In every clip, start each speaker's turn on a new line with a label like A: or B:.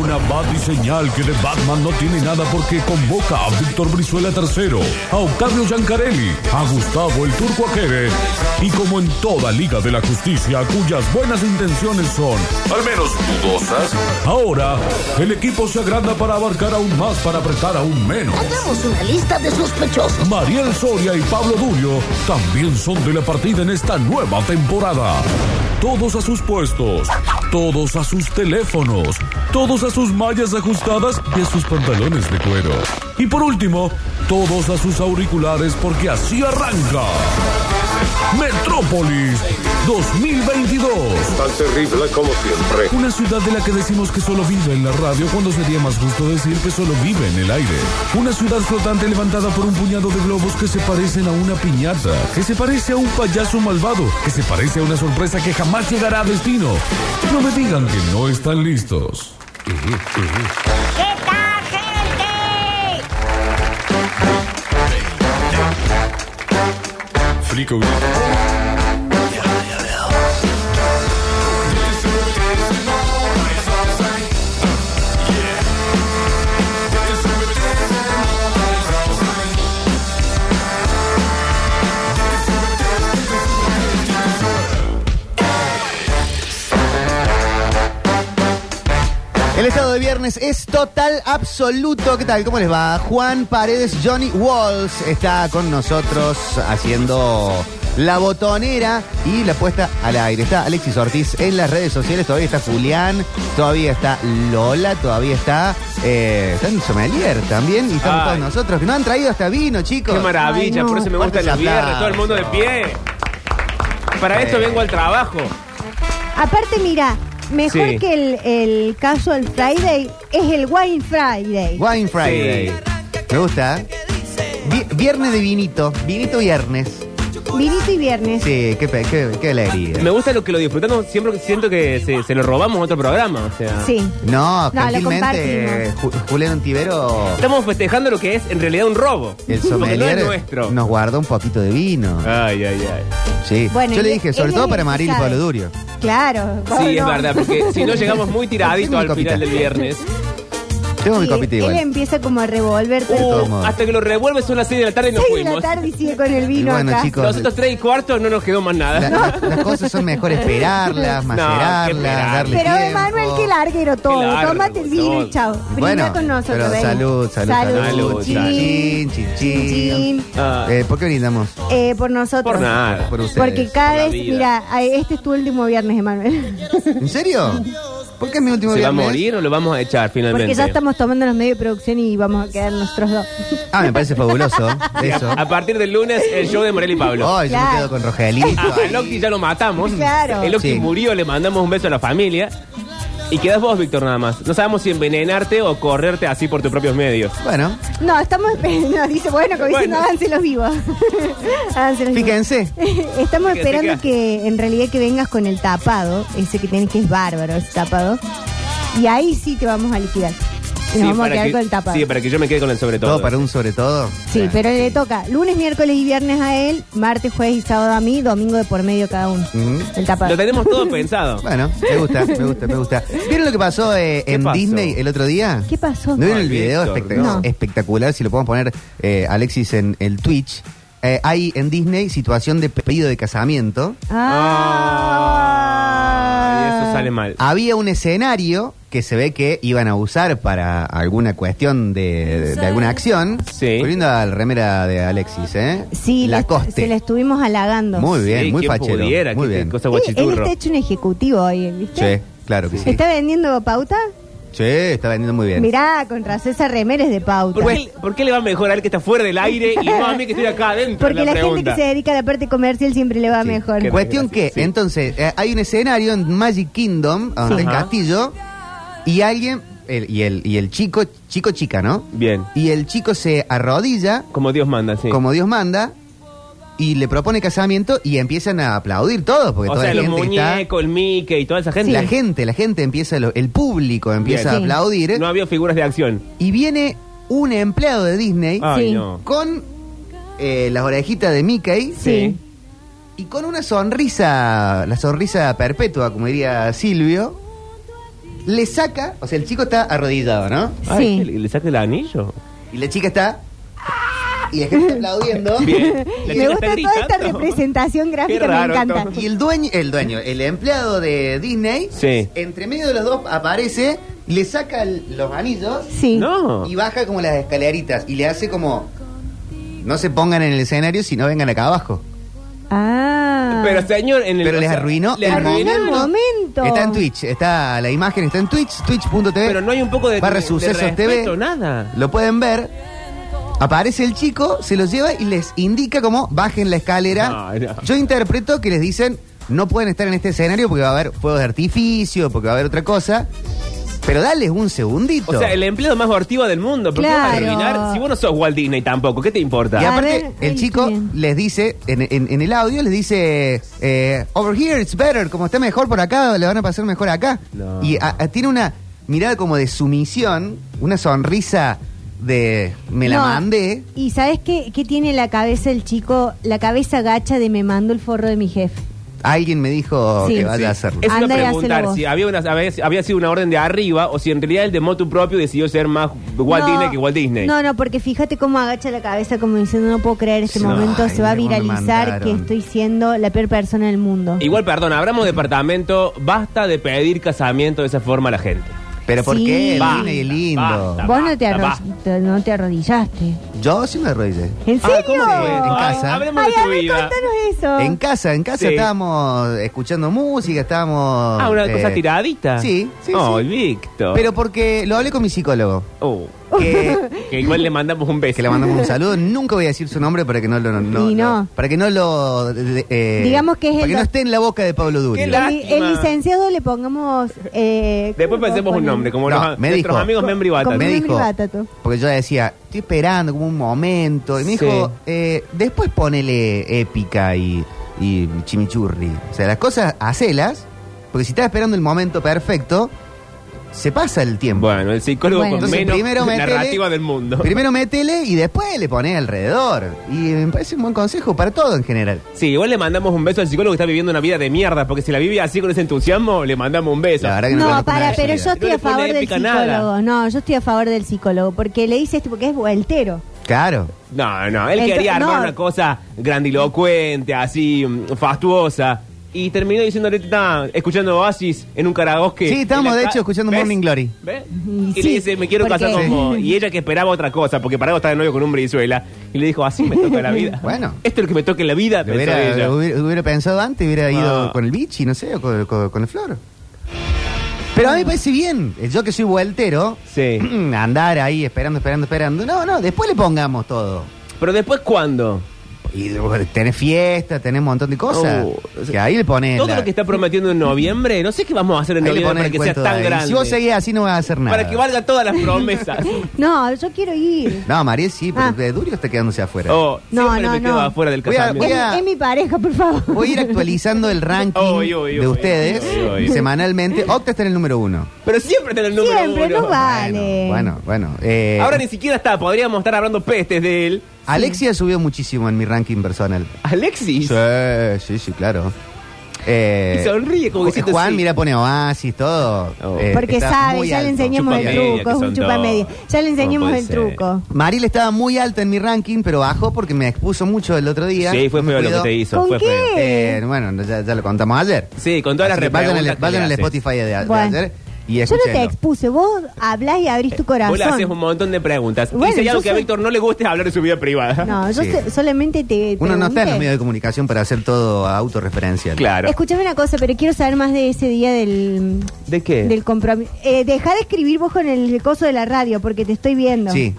A: Una bat y señal que de Batman no tiene nada porque convoca a Víctor Brizuela III, a Octavio Giancarelli, a Gustavo el Turco Aquere y como en toda Liga de la Justicia cuyas buenas intenciones son, al menos dudosas, ahora el equipo se agranda para abarcar aún más para apretar aún menos.
B: Hagamos una lista de sospechosos.
A: Mariel Soria y Pablo Durio también son de la partida en esta nueva temporada. Todos a sus puestos, todos a sus teléfonos, todos a sus mallas ajustadas y a sus pantalones de cuero. Y por último, todos a sus auriculares porque así arranca. Metrópolis 2022.
C: Tan terrible como siempre.
A: Una ciudad de la que decimos que solo vive en la radio cuando sería más justo decir que solo vive en el aire. Una ciudad flotante levantada por un puñado de globos que se parecen a una piñata, que se parece a un payaso malvado, que se parece a una sorpresa que jamás llegará a destino. No me digan que no están listos.
D: ¿Qué tal, gente?
E: Frico,
F: El estado de viernes es total, absoluto. ¿Qué tal? ¿Cómo les va? Juan Paredes, Johnny Walls está con nosotros haciendo la botonera y la puesta al aire. Está Alexis Ortiz en las redes sociales, todavía está Julián, todavía está Lola, todavía está, eh, está en Sommelier también y estamos
G: Ay.
F: todos nosotros. Que no han traído hasta vino, chicos.
G: Qué maravilla,
F: Ay, no.
G: por eso me gusta
F: Fuertes
G: los viernes,
F: aplausos.
G: todo el mundo de pie. Para esto vengo al trabajo.
H: Aparte, mira, mejor
G: Sí.
H: que el, el caso del Friday es el Wine Friday.
F: Wine Friday. Me gusta. ¿eh? Vi- viernes de vinito, vinito viernes.
H: Vinito y viernes.
F: Sí, qué, pe- qué, qué alegría.
G: Me gusta lo que lo disfrutamos, siempre siento que se, se lo robamos a otro programa. O sea,
H: Sí.
F: No,
H: No, lo
F: gentilmente, Ju- Julián Antivero,
G: Estamos festejando lo que es en realidad un robo.
F: el
G: Porque no
F: sommelier,
G: es nuestro. Ah.
F: nos guardó un poquito de vino.
G: Ay, ay, ay.
F: Sí.
H: Bueno,
F: Yo le
H: y
F: dije,
H: él
F: sobre
H: es
F: todo
H: el
F: para
H: que
F: Maril y
H: sabe.
F: Pablo Durio.
H: Claro. vos
G: Sí, es
H: no.
G: verdad, porque si no llegamos muy tiraditos al final del viernes.
F: Tengo mi
H: Sí,
F: copita
H: él,
F: igual.
H: empieza como a revolver todo.
F: todos
G: Uh,
F: modos.
G: hasta que lo revuelve son las 6 de la tarde y nos
H: Seis de la
G: fuimos.
H: tarde y sigue con el vino
F: Y bueno,
H: acá.
F: chicos,
G: Nosotros 3 y cuarto no nos quedó más
F: la-
G: nada.
F: la- las cosas son mejor esperarlas,
G: No, hay que
F: macerarlas,
G: esperar.
F: darle
H: Pero
F: tiempo.
H: Emanuel, qué larguero todo.
G: Qué largo
H: Tómate el vino
G: todo.
H: y chao. Brindá
F: Bueno,
H: con nosotros.
F: pero
H: ven.
F: salud, salud, salud,
G: salud,
F: chin, chin, chin.
H: chin.
G: Ah,
F: Eh, ¿Por qué brindamos?
H: Eh, por nosotros.
G: por nada.
F: Por ustedes.
H: Porque cada
G: la
H: vez,
G: vida.
H: mira, ay, este es tu último viernes, Emanuel.
F: ¿En serio? ¿Por qué es mi último
G: ¿Se va a
F: viernes?
G: morir o lo vamos a echar finalmente?
H: Porque ya estamos tomando los medios de producción y vamos a quedar nosotros dos.
F: Ah, me parece fabuloso. Eso.
G: A partir del lunes, el show de Morel y Pablo.
F: Ay, yo me
H: Claro.
F: quedo con Rogelito.
G: Ah, el Octi ya lo matamos.
H: Claro.
G: El Octi
F: Sí.
G: murió, le mandamos un beso a la familia. Y quedas vos, Víctor, nada más. No sabemos si envenenarte o correrte así por tus propios medios.
F: Bueno,
H: No, estamos esperando. Dice, bueno, como dicen,
G: Bueno.
H: háganse los vivos. Háganse los vivos.
F: fíjense.
H: Estamos
G: Fíjense
H: esperando
G: que-
H: que en realidad que vengas con el tapado, ese que tienes que es bárbaro, ese tapado. Y ahí sí te vamos a liquidar. Nos vamos a
G: para
H: quedar
G: que,
H: con el tapado.
G: sí, para que yo me quede con el sobre todo.
F: Todo para un sobre todo.
H: Sí, pero le toca lunes, miércoles y viernes a él, martes, jueves y sábado a mí, domingo de por medio cada uno.
F: Ujú.
H: El tapado.
G: Lo tenemos todo pensado.
F: Bueno, me gusta, me gusta, me gusta. ¿Vieron lo que pasó eh,
G: ¿Qué
F: en
G: pasó?
F: Disney el otro día?
H: ¿Qué pasó?
F: ¿No vieron el
G: Ay,
F: video
G: Víctor,
F: Espectac-
H: no.
F: espectacular? Si lo podemos poner, eh, Alexis, en el Twitch. Eh, hay en Disney situación de pedido de casamiento.
H: Ah.
G: Ah, y eso sale mal.
F: Había un escenario que se ve que iban a usar para alguna cuestión de, de alguna acción.
G: Sí.
F: Volviendo a la remera de Alexis, ¿eh?
H: Sí,
F: la
H: le-
F: coste.
H: se la estuvimos halagando.
F: Muy bien,
G: Sí,
F: muy
G: ¿quién
F: fachero.
G: pudiera?
F: muy
G: Qué- qué
F: bien.
G: cosa
H: Él, él
G: guachiturro.
H: está hecho un ejecutivo hoy, ¿viste?
F: Sí, claro que sí.
H: ¿Está vendiendo pauta?
F: Sí, está vendiendo muy bien.
H: Mirá, con razón, esa remera es de pauta.
G: ¿Por qué, por qué le va mejor a él que está fuera del aire y no a mí que estoy acá adentro?
H: Porque
G: la,
H: la, gente
G: pregunta.
H: que se dedica a la parte comercial siempre le va
F: Sí,
H: mejor.
G: que-
F: Cuestión que,
G: Sí.
F: entonces, eh, hay un escenario en Magic Kingdom, donde el
G: Ajá.
F: castillo, y alguien, el- y, el, y el chico, chico chica, ¿no?
G: Bien.
F: Y el chico se arrodilla,
G: Como Dios manda, sí.
F: como Dios manda, y le propone casamiento, y empiezan a aplaudir todos, porque
G: o
F: toda
G: sea,
F: la
G: los
F: gente que está...
G: muñecos, el Mickey y toda esa gente.
F: La gente, la gente empieza, lo- el público empieza
G: Bien.
F: a aplaudir,
G: No había figuras de acción.
F: y viene un empleado de Disney
G: Ay,
H: Sí.
G: no.
F: con eh, las orejitas de Mickey,
H: Sí.
F: Y con una sonrisa, la sonrisa perpetua, como diría Silvio, le saca, o sea, el chico está arrodillado, ¿no?
G: Ay,
H: Sí.
G: ¿le, le saca el anillo?
F: Y la chica está. Y la gente está aplaudiendo.
G: Bien. La
H: Me
G: chica
H: gusta toda
G: está
H: esta
G: gritando.
H: representación gráfica,
G: raro
H: me encanta.
G: todo.
F: Y el dueño, el dueño, el empleado de Disney,
G: Sí.
F: entre medio de los dos aparece, le saca el- los anillos
H: Sí.
G: No.
F: y baja como las escaleritas y le hace como. No se pongan en el escenario si no vengan acá abajo.
H: Ah.
G: Pero señor, en el.
F: Pero
G: o
F: les
G: sea,
F: arruinó
G: le
F: el
G: arruinó.
H: Arruinó el momento.
F: Está en Twitch, está la imagen está en Twitch, twitch.tv.
G: Pero no hay un poco de.
F: Barra
G: de
F: Sucesos
G: respeto,
F: TV.
G: nada.
F: Lo pueden ver. Aparece el chico, se los lleva y les indica como bajen la escalera.
G: No, no.
F: Yo interpreto que les dicen no pueden estar en este escenario porque va a haber fuegos de artificio, porque va a haber otra cosa. Pero dales un segundito.
G: O sea, el empleado más abortivo del mundo. ¿Por qué vas a
H: Claro.
G: arruinar? Si vos no sos Walt Disney tampoco, ¿qué te importa?
F: Y
H: Ya. A
F: aparte,
H: ver,
F: el
H: el
F: chico
H: quién.
F: les dice, en, en- en el audio les dice, eh, over here it's better, como está mejor por acá, le van a pasar mejor acá.
G: No.
F: Y a- a- tiene una mirada como de sumisión, una sonrisa de me la
H: No.
F: mandé.
H: ¿Y sabes qué, qué tiene la cabeza el chico? La cabeza gacha de me mando el forro de mi jefe.
F: Alguien me dijo
H: Sí.
F: que vaya
H: Sí.
F: a hacerlo.
G: Es una
H: Anda y
G: preguntar
H: hacelo vos.
G: si había, una, había, había sido una orden de arriba o si en realidad él de motu propio decidió ser más Walt
H: No,
G: Disney que Walt Disney.
H: No, no, porque fíjate cómo agacha la cabeza como diciendo no puedo creer este
F: Sí.
H: momento,
F: Ay,
H: se va a
F: cómo me
H: viralizar que
F: mandaron.
H: estoy siendo la peor persona del mundo.
G: Igual, perdón, abramos departamento, basta de pedir casamiento de esa forma a la gente.
F: Pero ¿por
H: Sí.
F: qué?
H: Basta,
F: Lindo y lindo.
G: basta.
H: Vos no te, arro-
G: basta.
H: te- no te arrodillaste.
F: Yo sí me arrodillé.
H: ¿En
G: Ah,
H: serio?
G: ¿cómo que?
F: En
G: Ay,
F: casa.
G: Hablemos
H: Ay,
G: de
H: a
G: tu
H: ver,
G: vida.
H: contanos eso.
F: En casa, en casa
G: Sí.
F: estábamos escuchando música, estábamos...
G: Ah, una
F: eh,
G: cosa tiradita.
F: Sí, sí,
G: Oh,
F: sí.
G: Víctor.
F: Pero porque lo hablé con mi psicólogo.
G: Oh,
F: Que
G: que igual le mandamos un beso.
F: que le mandamos un saludo. Nunca voy a decir su nombre para que no lo. no-
H: Y no.
F: para que no lo. de- eh,
H: Digamos que es
F: Para
H: el
F: que no
H: doc-
F: esté en la boca de Pablo Durio.
G: Qué
H: El-
G: la-
H: el,
G: Lástima.
H: licenciado le pongamos... eh,
G: Después
H: ¿cómo
G: pensemos un
H: ponen?
G: nombre, como
F: No,
G: los-
F: me
G: nuestros
F: dijo.
G: amigos Membri Batata.
H: Como-
F: Me
H: Memri
F: dijo.
H: Batato.
F: Porque yo decía, estoy esperando como un momento. Y me
G: Sí.
F: dijo, eh, después ponele épica y, y chimichurri. O sea, las cosas, hacelas. Porque si estás esperando el momento perfecto, se pasa el tiempo.
G: Bueno, el psicólogo
H: Bueno.
G: con
F: Entonces,
G: menos
F: primero metele-
G: narrativa del mundo.
F: Primero métele y después le pones alrededor. Y me parece un buen consejo para todo en general.
G: Sí, igual le mandamos un beso al psicólogo que está viviendo una vida de mierda, porque si la vive así con ese entusiasmo, le mandamos un beso.
F: La verdad que no
H: No,
F: conozco nada
H: para,
F: de
H: pero
F: eso.
H: yo estoy
G: No le
H: a favor
G: pone
H: del
G: épica
H: psicólogo.
G: nada.
H: No, yo estoy a favor del psicólogo, porque le dice esto, porque es vueltero.
F: Claro.
G: No, no, él
H: Ento-
G: quería armar
H: no.
G: una cosa grandilocuente, así, mm, fastuosa. Y terminó diciéndole, "Nah, escuchando Oasis en un karaoke.
F: Sí, estábamos,
G: Y la
F: de
G: ca-
F: hecho, escuchando
G: ¿Ves?
F: Morning Glory.
G: ¿Ves?
H: Mm,
G: Y le
H: sí,
G: dice, me quiero
H: porque-
G: casar con
H: Sí.
G: vos. Y ella que esperaba otra cosa, porque para vos estaba de novio con un brizuela. Y le dijo, así me toca la vida.
F: Bueno.
G: Esto es lo que me toca en la vida,
F: Lo
G: pensó
F: hubiera,
G: ella.
F: lo hubiera- hubiera pensado antes, hubiera ido
G: Ah.
F: con el bichi, no sé, o con, con- con el flor. Pero a mí me parece bien. eh, Yo que soy vueltero,
G: Sí.
F: andar ahí esperando, esperando, esperando. No, no, después le pongamos todo.
G: Pero después, ¿cuándo?
F: Y bueno, tenés fiesta, tenés un montón de cosas.
G: Oh, o sea,
F: que ahí le pones.
G: Todo
F: la-
G: lo que está prometiendo en noviembre, no sé qué vamos a hacer en
F: ahí le pones
G: noviembre para
F: el
G: que sea
F: cuento
G: tan
F: de ahí.
G: grande.
F: Si vos seguís así, no vas a hacer nada.
G: Para que valga todas las promesas.
H: No, yo quiero ir.
F: No, Mariel sí, pero
H: Ah.
F: de Durio está quedándose afuera.
G: Oh,
H: No,
G: siempre
H: no,
G: me
H: no.
G: quedo afuera del
F: Voy a-
G: casamiento.
F: voy
H: Es,
F: a-
H: mi- es mi pareja, por favor.
F: Voy a ir actualizando el ranking
G: Oy, oy,
F: de
G: oy,
F: ustedes
G: oy, oy.
F: semanalmente. Octa está en el número uno.
G: Pero siempre tiene el número
H: Siempre,
G: uno.
H: no vale.
F: Bueno, bueno. bueno, eh,
G: Ahora ni siquiera está, podríamos estar hablando pestes de él.
F: Alexia subió muchísimo en mi ranking personal.
G: Alexis.
F: sí, sí, claro. Eh,
G: Y sonríe como diciendo
F: Juan,
G: sí.
F: mira, pone Oasis, todo. Eh,
G: Oh.
H: Porque
F: está
H: sabe,
F: muy
H: ya le
F: alto.
H: enseñamos el truco,
G: Chupamedia, que
H: es un
G: son
H: chupamedia.
G: todos.
H: Ya le enseñamos
G: No puede
H: el truco.
F: Mariel estaba muy alta en mi ranking, pero bajó porque me expuso mucho el otro día.
G: Sí, fue
F: No me
G: feo lo que
F: cuidó.
G: te hizo.
H: ¿Con
G: fue
H: qué?
G: feo.
F: Eh, bueno, no, ya, ya lo contamos ayer.
G: Sí, con todas
F: Así que
G: las
F: vayan al,
G: repreguntas que
F: vayan
G: le
F: al
G: haces.
F: Spotify de, de
H: Bueno.
F: ayer y
H: Yo no te
F: escúchenlo.
H: expuse, vos hablás y abrís tu
G: Vos le haces un
H: corazón.
G: montón de preguntas.
H: Bueno,
G: y si hay
H: yo
G: algo que a
H: soy-
G: Víctor no le gusta es hablar de su vida privada.
H: No, yo
F: Sí.
H: so- solamente te.
F: Uno no está en
H: pregunté.
F: los medios de comunicación para hacer todo autorreferencial.
G: Claro.
H: Escuchame una cosa, pero quiero saber más de ese día del.
G: ¿De qué?
H: Del compromiso. Eh, dejá de escribir vos con el coso de la radio, porque te estoy viendo.
F: Sí.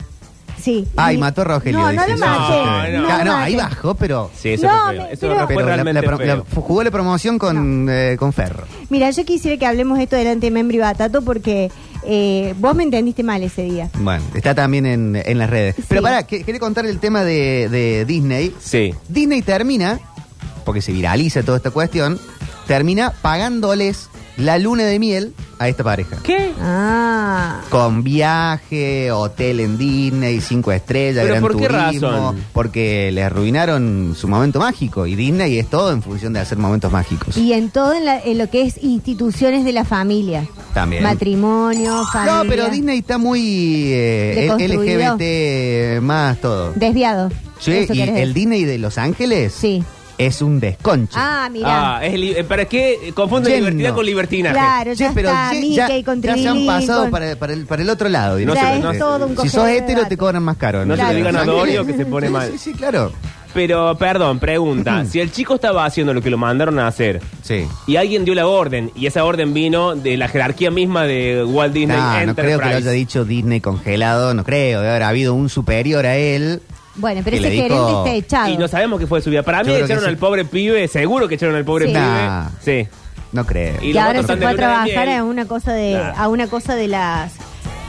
H: Sí.
F: Ay,
H: Y-
F: mató a Rogelio.
H: No, no
F: dice.
H: lo
G: No,
H: maté.
G: no.
H: No,
F: Claro,
H: lo
F: no, ahí
H: maté.
F: bajó, pero...
G: Sí, eso
H: No,
G: fue feo.
H: me-
G: Eso
H: pero-
G: no Ah, fue
F: pero la-
G: realmente
F: la-
G: feo.
F: la- jugó la promoción con, eh, con Ferro.
H: Mira, yo quisiera que hablemos esto delante de Membri Batato porque eh, vos me entendiste mal ese día.
F: Bueno, está también en, en las redes.
H: Sí.
F: Pero pará, que- quería contar el tema de, de Disney.
G: Sí.
F: Disney termina, porque se viraliza toda esta cuestión, termina pagándoles la luna de miel a esta pareja.
G: ¿Qué?
H: Ah.
F: Con viaje, hotel en Disney, cinco estrellas,
G: ¿Pero
F: gran
G: por qué
F: turismo,
G: razón?
F: Porque le arruinaron su momento mágico. Y Disney es todo en función de hacer momentos mágicos.
H: Y en todo en, la- en lo que es instituciones de la familia.
F: También.
H: Matrimonio, familia.
F: No, pero Disney está muy eh,
H: Deconstruido.
F: LGBT más todo.
H: Desviado.
F: Che,
H: Eso
F: y
H: querés decir.
F: el Disney de Los Ángeles
H: Sí.
F: es un desconche.
H: Ah, mira.
G: Ah, es li- eh, ¿para qué confunde
F: Lleno.
G: libertad con libertinaje?
H: claro,
F: Che,
H: ya está.
F: ye-
H: Mickey con
F: ya se han
H: Trilín,
F: pasado
H: con-
F: para, para el, para el otro lado.
G: No
F: directamente.
G: se lo- no se-
H: todo un
F: si
H: cogedero
F: sos
H: de
F: hetero
H: gato.
F: te cobran más caro.
G: No se lo
F: Los
G: digan a
F: Ángeles.
G: Dorio, que se pone
F: Sí,
G: mal.
F: Sí, sí, claro.
G: Pero, perdón, pregunta. si el chico estaba haciendo lo que lo mandaron a hacer
F: Sí.
G: y alguien dio la orden y esa orden vino de la jerarquía misma de Walt Disney
F: No, no creo
G: Enterprise.
F: que lo haya dicho Disney congelado, no creo. Debe haber habido un superior a él.
H: Bueno, pero
F: Y
H: ese
F: le dijo-
H: gerente está echado.
G: Y no sabemos qué fue de su vida. Para
F: Yo
G: mí
F: creo que
G: echaron
F: sí.
G: al pobre pibe, seguro que echaron al pobre
H: Sí.
G: pibe.
F: Nah.
G: Sí.
F: No creo.
G: Y
H: Y,
G: los
H: ahora
G: otros
H: se fue a
G: están de luna de
H: trabajar
G: miel.
H: a una cosa de
G: Nah.
H: a una cosa de las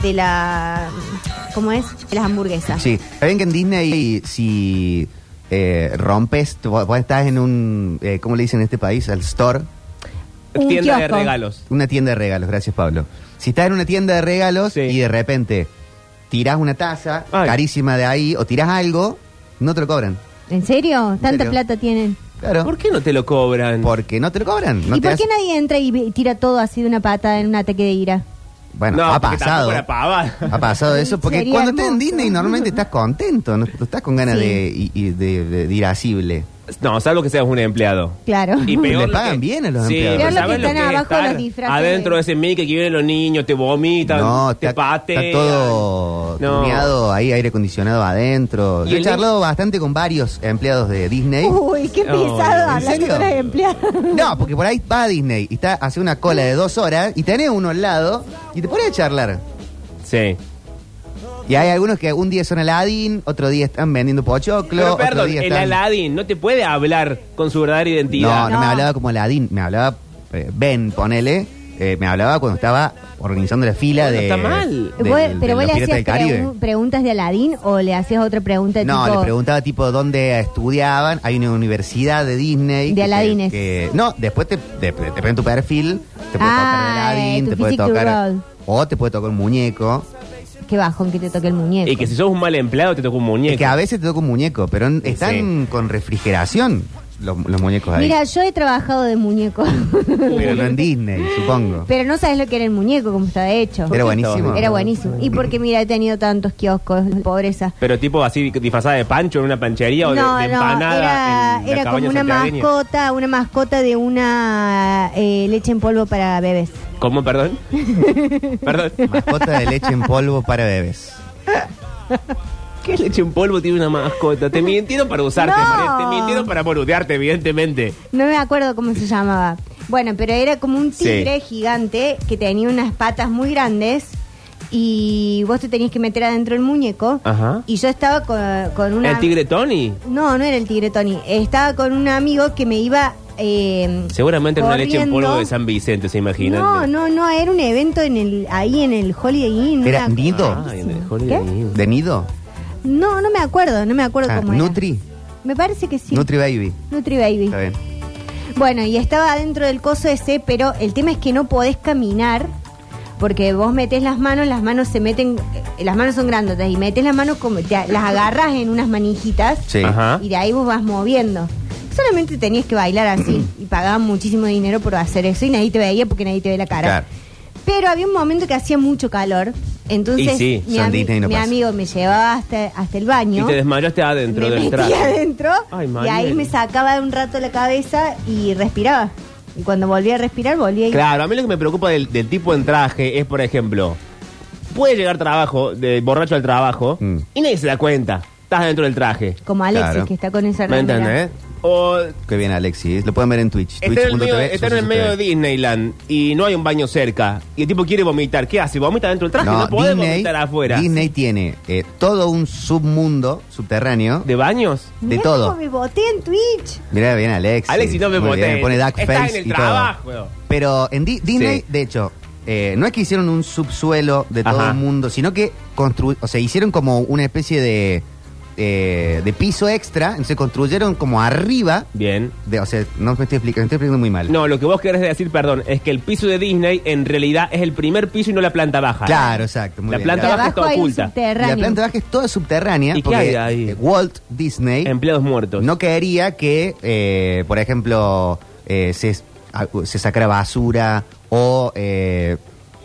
H: de la ¿cómo es? De las hamburguesas.
F: Sí, saben que en Disney si eh, rompes, tú- vos estás en un, eh, ¿cómo le dicen en este país? Al store,
H: Un
G: Tienda de
H: kiosco.
G: regalos.
F: una tienda de regalos, gracias Pablo. Si estás en una tienda de regalos
G: Sí.
F: y de repente tirás una taza
G: Ay.
F: carísima de ahí o tirás algo, no te lo cobran.
H: ¿En serio? Tanta
F: serio?
H: plata tienen.
F: Claro.
G: ¿Por qué no te lo cobran?
F: Porque no te lo cobran. No
H: ¿Y
F: te
H: por qué
F: hacen-
H: nadie entra y vi- tira todo así de una pata en un ataque de ira?
F: Bueno,
G: No,
F: ha
G: porque
F: pasado.
G: tampoco era pava.
F: Ha pasado eso, porque
H: Sería
F: cuando estás en
H: hermoso.
F: Disney normalmente estás contento, no estás con ganas
H: Sí.
F: de, y- y de- de- de ir irascible.
G: No, salvo que seas un empleado.
H: Claro.
G: Y peor
F: Le
G: lo
F: pagan
G: que-
F: bien a los
G: sí,
F: empleados.
G: pero
H: Peor lo que
G: ¿sabes
H: están
G: es
H: abajo de los
G: estar
H: disfraces.
G: Adentro de ese Mickey que vienen los niños, te vomitan,
F: No,
G: te
F: está,
G: patean.
F: está todo
G: No.
F: tuneado ahí, aire acondicionado adentro.
G: ¿Y
F: Yo he
G: el Uh.
F: charlado bastante con varios empleados de Disney.
H: Uy, qué
G: No,
H: pesado
G: ¿en
H: hablar
F: Oh, serio?
H: con los empleados.
F: No, porque por ahí va a Disney y está hace una cola de dos horas y tenés uno al lado y te pones a charlar.
G: Sí.
F: Y hay algunos que un día son Aladdin, otro día están vendiendo pochoclo,
G: Pero
F: otro
G: perdón,
F: día
G: el
F: están...
G: Aladdin no te puede hablar con su verdadera
F: No,
G: identidad.
F: no me
H: No.
F: hablaba como Aladín, me hablaba eh, Ben, ponele. eh, me hablaba cuando estaba organizando la fila
G: Bueno,
F: de.
G: está mal.
F: del-
H: Vos-
F: de
H: ¿Pero vos le
F: los Piratas
H: hacías
F: del Caribe.
H: pregun- preguntas de Aladín o le hacías otra pregunta de
F: No,
H: Este tipo,
F: le preguntaba tipo dónde estudiaban. Hay una universidad de Disney.
H: De
F: que-
H: Aladines.
F: que- no, después te, te, te ponen tu perfil, te puede
H: Ah,
F: tocar el Aladín,
H: eh, tu
F: te puede
H: physique
F: tocar.
H: role.
F: O te puede tocar un muñeco.
H: qué bajón que te toque el muñeco?
G: Y que si sos un mal empleado te toca un muñeco.
F: Es que a veces te toca un muñeco, pero en-
G: Sí.
F: están con refrigeración los, los muñecos ahí.
H: Mira, yo he trabajado de muñeco.
F: pero no en Disney, supongo.
H: Pero no sabes lo que era el muñeco, como estaba hecho.
F: Era buenísimo.
H: Era buenísimo. Y porque, mira, he tenido tantos kioscos, pobreza.
G: Pero tipo así disfrazada de pancho en una panchería o de,
H: No,
G: de
H: no,
G: empanada.
H: era,
G: en la
H: era como
G: cabaña
H: una
G: santiagueña.
H: mascota, una mascota de una eh, leche en polvo para bebés.
G: ¿Cómo, perdón? perdón.
F: Mascota de leche en polvo para bebés.
G: ¿Qué leche en polvo tiene una mascota? Te mintieron para usarte,
H: No.
G: María, te mintieron para boludearte, evidentemente.
H: No me acuerdo cómo se llamaba. Bueno, pero era como un
G: Sí.
H: tigre gigante que tenía unas patas muy grandes y vos te tenías que meter adentro del muñeco.
G: Ajá.
H: Y yo estaba con, con una...
G: ¿El tigre Tony?
H: No, no era el tigre Tony. Estaba con un amigo que me iba... eh,
G: Seguramente era una leche en polvo
H: corriendo.
G: de San Vicente, se imaginan.
H: No, no, no, era un evento en el, ahí en el Holiday Inn.
F: ¿Era
H: una-
F: nido?
G: Ay, Ah, en el Holiday
H: ¿Qué?
G: Inn.
F: ¿De nido?
H: No, no me acuerdo, no me acuerdo
F: Ah,
H: cómo era.
F: Nutri.
H: Me parece que sí.
F: Nutri Baby.
H: Nutri Baby.
F: Está bien.
H: Bueno, y estaba dentro del coso ese, pero el tema es que no podés caminar porque vos metés las manos, las manos se meten, eh, las manos son grandotas y metes las manos como te- las agarras en unas manijitas
F: Sí.
G: Ajá.
H: y de ahí vos vas moviendo. Solamente tenías que bailar así y pagaban muchísimo dinero por hacer eso y nadie te veía porque nadie te ve la cara.
F: Claro.
H: Pero había un momento que hacía mucho calor, entonces
G: Y sí,
H: mi,
F: San
H: ami-
F: Disney no
H: mi
F: pasa.
H: amigo me llevaba hasta, hasta el baño
G: Y te desmayaste adentro
H: me
G: del
H: metía
G: traje.
H: adentro
G: Ay,
H: y
G: Mariel.
H: ahí me sacaba un rato la cabeza y respiraba. Y cuando volví a respirar, volví a ir.
G: Claro, a mí lo que me preocupa del, del tipo en traje es, por ejemplo, puede llegar trabajo, de borracho al trabajo,
F: Mm.
G: y nadie se da cuenta. Estás dentro del traje.
H: Como Alexis,
F: Claro.
H: que está con esa
G: ¿Me
H: remera.
G: entendés? O
F: Qué bien, Alexis. Lo pueden ver en Twitch.
G: está en el medio,
F: Twitch.tv.
G: está en el medio de Disneyland y no hay un baño cerca y el tipo quiere vomitar. ¿Qué hace? ¿Vomita dentro del traje? No, puede vomitar afuera.
F: Disney tiene eh, todo un submundo subterráneo de,
G: ¿De baños?
H: Mirá
F: todo.
H: cómo me boté en Twitch.
F: Mira bien, Alexis.
G: Alexis, no me
F: Muy bien,
G: botes.
F: pone duck
G: Estás
F: face
G: en el
F: y todo.
G: trabajo.
F: Pero en Di- Disney,
G: Sí.
F: de hecho, eh, no es que hicieron un subsuelo de todo
G: Ajá.
F: el mundo, sino que constru o sea, hicieron como una especie de eh, de piso extra, entonces construyeron como arriba.
G: Bien.
F: De, o sea, no me estoy explicando, estoy explicando muy mal.
G: No, lo que vos querés decir, perdón, es que el piso de Disney en realidad es el primer piso y no la planta baja.
F: Claro, exacto. muy
G: La
F: bien,
G: planta
F: claro.
G: baja está
H: Abajo hay un
G: oculta.
F: La
H: subterráneo.
F: planta baja es toda subterránea.
G: ¿Y qué
F: porque,
G: hay ahí?
F: eh, Walt Disney
G: Empleados muertos.
F: no quería que, eh, por ejemplo, eh, se, a- se sacara basura o eh,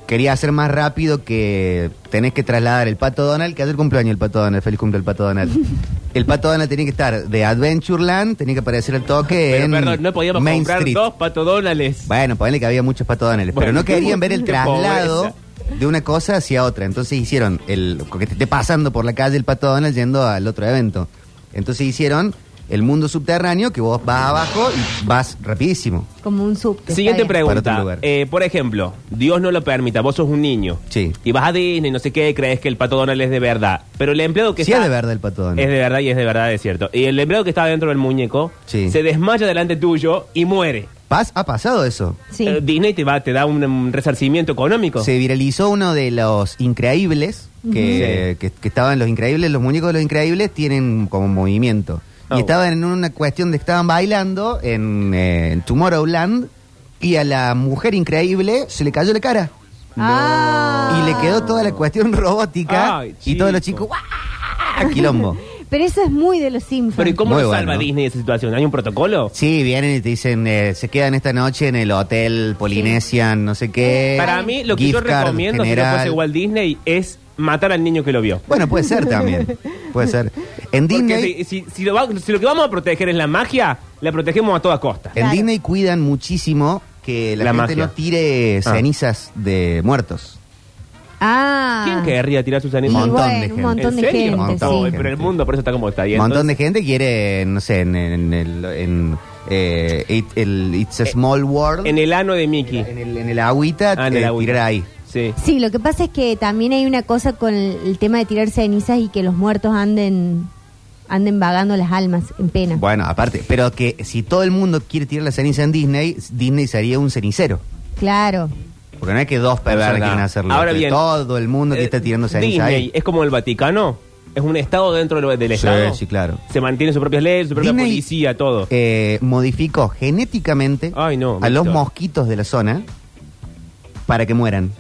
F: quería hacer más rápido que tenés que trasladar el pato Donald, que hace el cumpleaños el pato Donald, feliz cumpleaños el pato Donald. El pato Donald tenía que estar de Adventureland, tenía que aparecer el toque
G: Pero,
F: en
G: perdón, no podíamos
F: Main
G: comprar
F: Street.
G: dos patodonales.
F: Bueno, ponele que había muchos pato Donalds, pero
G: Bueno,
F: no querían ver el
G: qué
F: traslado
G: pobreza.
F: de una cosa hacia otra. Entonces hicieron el que te esté pasando por la calle el pato Donald yendo al otro evento. Entonces hicieron el mundo subterráneo que vos vas abajo y vas rapidísimo.
H: Como un subte.
G: Siguiente
H: está bien.
F: Para otro
G: pregunta.
F: lugar.
G: Eh, por ejemplo, Dios no lo permita, vos sos un niño.
F: Sí.
G: Y vas a Disney, no sé qué, crees que el pato Donald es de verdad. Pero el empleado que
F: Sí
G: está.
F: es de verdad el pato Donald.
G: Es de verdad y es de verdad, es cierto. Y el empleado que está dentro del muñeco
F: Sí.
G: se desmaya delante tuyo y muere.
F: Pas- ha pasado eso.
H: Sí.
G: Eh, Disney te, va, te da un, um, resarcimiento económico.
F: Se viralizó uno de los increíbles, que, que- que estaban los increíbles, los muñecos de los increíbles tienen como movimiento.
G: Oh.
F: Y estaban en una cuestión de que estaban bailando en, eh, en Tomorrowland y a la mujer increíble se le cayó la cara.
H: Ah.
F: Y le quedó toda la cuestión robótica
G: Ay,
F: y todos los
G: chico.
F: chicos, ¡guau! Quilombo.
H: Pero eso es muy de los Simpsons.
G: Pero ¿y cómo
F: Muy
G: lo
F: bueno.
G: salva Disney de esa situación? ¿Hay un protocolo?
F: Sí, vienen y te dicen, eh, se quedan esta noche en el hotel Polynesian, no sé qué.
G: Para mí, lo que
F: Gift
G: yo
F: card
G: recomiendo, si no
F: general.
G: fuese Walt Disney, es matar al niño que lo vio.
F: Bueno, puede ser también. Puede ser. En Disney,
G: Porque si, si- si lo va- si lo que vamos a proteger es la magia, la protegemos a toda costa.
F: en Disney cuidan muchísimo que la,
G: La
F: gente
G: magia.
F: no tire
G: Ah.
F: cenizas de muertos.
H: Ah.
G: ¿Quién querría tirar sus
H: Y
G: animales?
F: Montón de
H: bueno,
F: gente.
H: un montón
G: ¿En
H: de
G: serio?
H: gente.
F: Montón.
H: sí.
G: Uy, pero el mundo por eso está como está. Y
F: Un montón de
G: entonces-
F: gente quiere, no sé, en, en el, en, eh, it- el It's a Small World,
G: En el ano de Mickey.
F: en el- en el agüita,
G: Ah, en
F: eh,
G: el agua.
F: tirar ahí.
G: Sí.
H: Sí, lo que pasa es que también hay una cosa con el, el tema de tirar cenizas y que los muertos anden anden vagando las almas en pena.
F: Bueno, aparte, pero que si todo el mundo quiere tirar la ceniza en Disney, Disney sería un cenicero.
H: Claro.
F: Porque no es que dos personas
G: Verdad.
F: quieren hacerlo.
G: Ahora
F: que
G: bien,
F: todo el mundo que
G: eh,
F: está tirando ceniza
G: Disney
F: ahí.
G: es como el Vaticano. Es un estado dentro del, del
F: Sí,
G: estado.
F: sí, claro.
G: Se mantiene su propia ley, su propia
F: Disney,
G: policía, todo.
F: eh, modificó genéticamente
G: Ay, no,
F: a los
G: Víctor.
F: mosquitos de la zona para que mueran.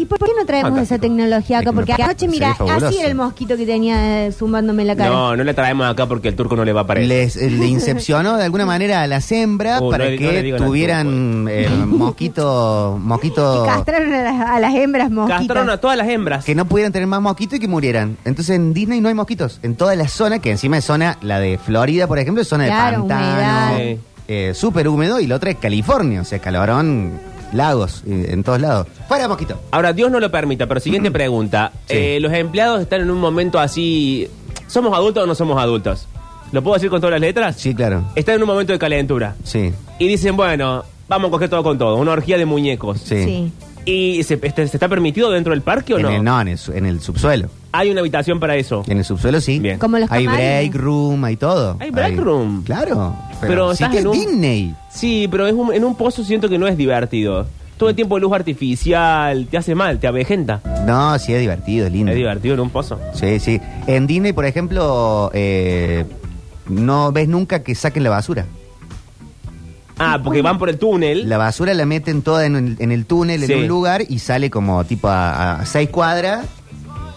H: ¿Y por qué no traemos
G: Fantástico.
H: esa tecnología acá?
F: Es que me
H: Porque
F: parece-
H: anoche, mira,
F: sería fabuloso.
H: así era el mosquito que tenía eh, zumbándome en la cara.
G: no, no la traemos acá porque el turco no le va a parecer.
F: Les, eh, le incepcionó de alguna manera a las hembras
G: Oh, no
F: para
G: le- no le
F: que
G: digan al
F: tuvieran eh, mosquitos
H: Y
F: mosquito,
H: castraron a, las- a las hembras mosquitas.
G: Castraron a todas las hembras.
F: que no pudieran tener más mosquitos y que murieran. Entonces en Disney no hay mosquitos. En toda la zona, que encima es zona, la de Florida, por ejemplo, es zona
H: Claro,
F: de pantano,
H: humedad.
G: Sí.
F: eh, súper húmedo, y la otra es California, o sea, calorón, lagos, eh, en todos lados. Fuera mosquito.
G: Ahora, Dios no lo permita, pero siguiente pregunta.
F: Sí.
G: Eh, los empleados están en un momento así. ¿Somos adultos o no somos adultos? ¿Lo puedo decir con todas las letras?
F: Sí, claro.
G: Están en un momento de calentura.
F: Sí,
G: Y dicen, bueno, vamos a coger todo con todo. Una orgía de muñecos.
F: sí.
H: Sí.
G: ¿Y se, este, ¿se está permitido dentro del parque o
F: En
G: no?
F: el, no, en el, su- en el subsuelo.
G: Hay una habitación para eso.
F: En el subsuelo sí.
G: Bien.
H: Como los
F: hay
H: camarines.
F: break room, hay todo.
G: Hay break room.
F: Claro. Pero,
G: Pero
F: si
G: estás
F: que
G: en
F: es
G: un-
F: Disney.
G: Sí, pero es un- en un pozo siento que no es divertido. Todo el tiempo luz artificial, te hace mal, te avejenta.
F: No, sí es divertido, es lindo.
G: Es divertido en un pozo.
F: Sí, sí. En Disney, por ejemplo, eh, no ves nunca que saquen la basura.
G: Ah, porque van por el túnel.
F: La basura la meten toda en el, en el túnel,
G: Sí.
F: en un lugar, y sale como tipo a, a seis cuadras.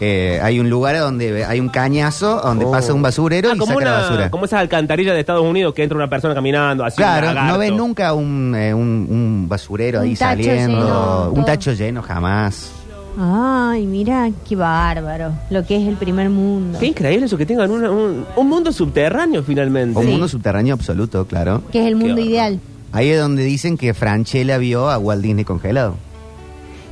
F: Eh, hay un lugar donde hay un cañazo donde
G: Oh.
F: pasa un basurero
G: Ah,
F: y
G: como,
F: saca la
G: una-
F: basura.
G: como esas alcantarillas de Estados Unidos que entra una persona caminando así. un
F: Claro,
G: lagarto.
F: no ves nunca un, eh, un- un basurero
H: Un
F: ahí
H: tacho
F: saliendo,
H: lleno,
F: un
H: todo.
F: tacho lleno jamás.
H: Ay, mira, qué bárbaro. Lo que es el primer mundo.
G: Qué increíble eso que tengan una- un, un mundo subterráneo finalmente.
F: Un mundo subterráneo absoluto, claro.
H: Que es el mundo
G: bárbaro.
H: ideal.
F: Ahí es donde dicen que Franchella vio a Walt Disney congelado.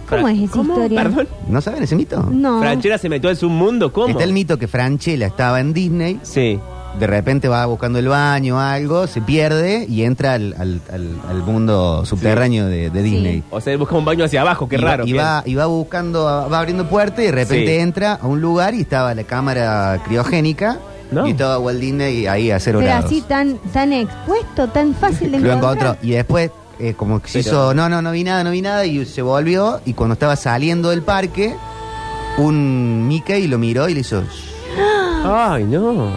H: ¿Cómo es esa historia?
G: Perdón.
F: ¿No saben ese mito?
H: No.
G: Franchera se metió en su mundo, ¿cómo?
F: Está el mito que Franchella estaba en Disney,
G: Sí.
F: de repente va buscando el baño o algo, se pierde y entra al, al- al- al mundo subterráneo de, de Disney.
G: O sea, busca un baño hacia abajo, qué
F: Y va-
G: raro.
F: Y
G: bien.
F: va, y va buscando, va abriendo puertas y de repente
G: Sí.
F: entra a un lugar y estaba la cámara criogénica
G: No.
F: y estaba Walt Disney ahí a cero
H: Pero
F: grados.
H: así tan, tan expuesto, tan fácil de
F: Lo
H: encontrar.
F: encontró y después eh, como que se
G: Pero-
F: hizo, no, no, no vi nada, no vi nada y se volvió y cuando estaba saliendo del parque un Mickey lo miró y le hizo... "Shh".
G: Ay, no.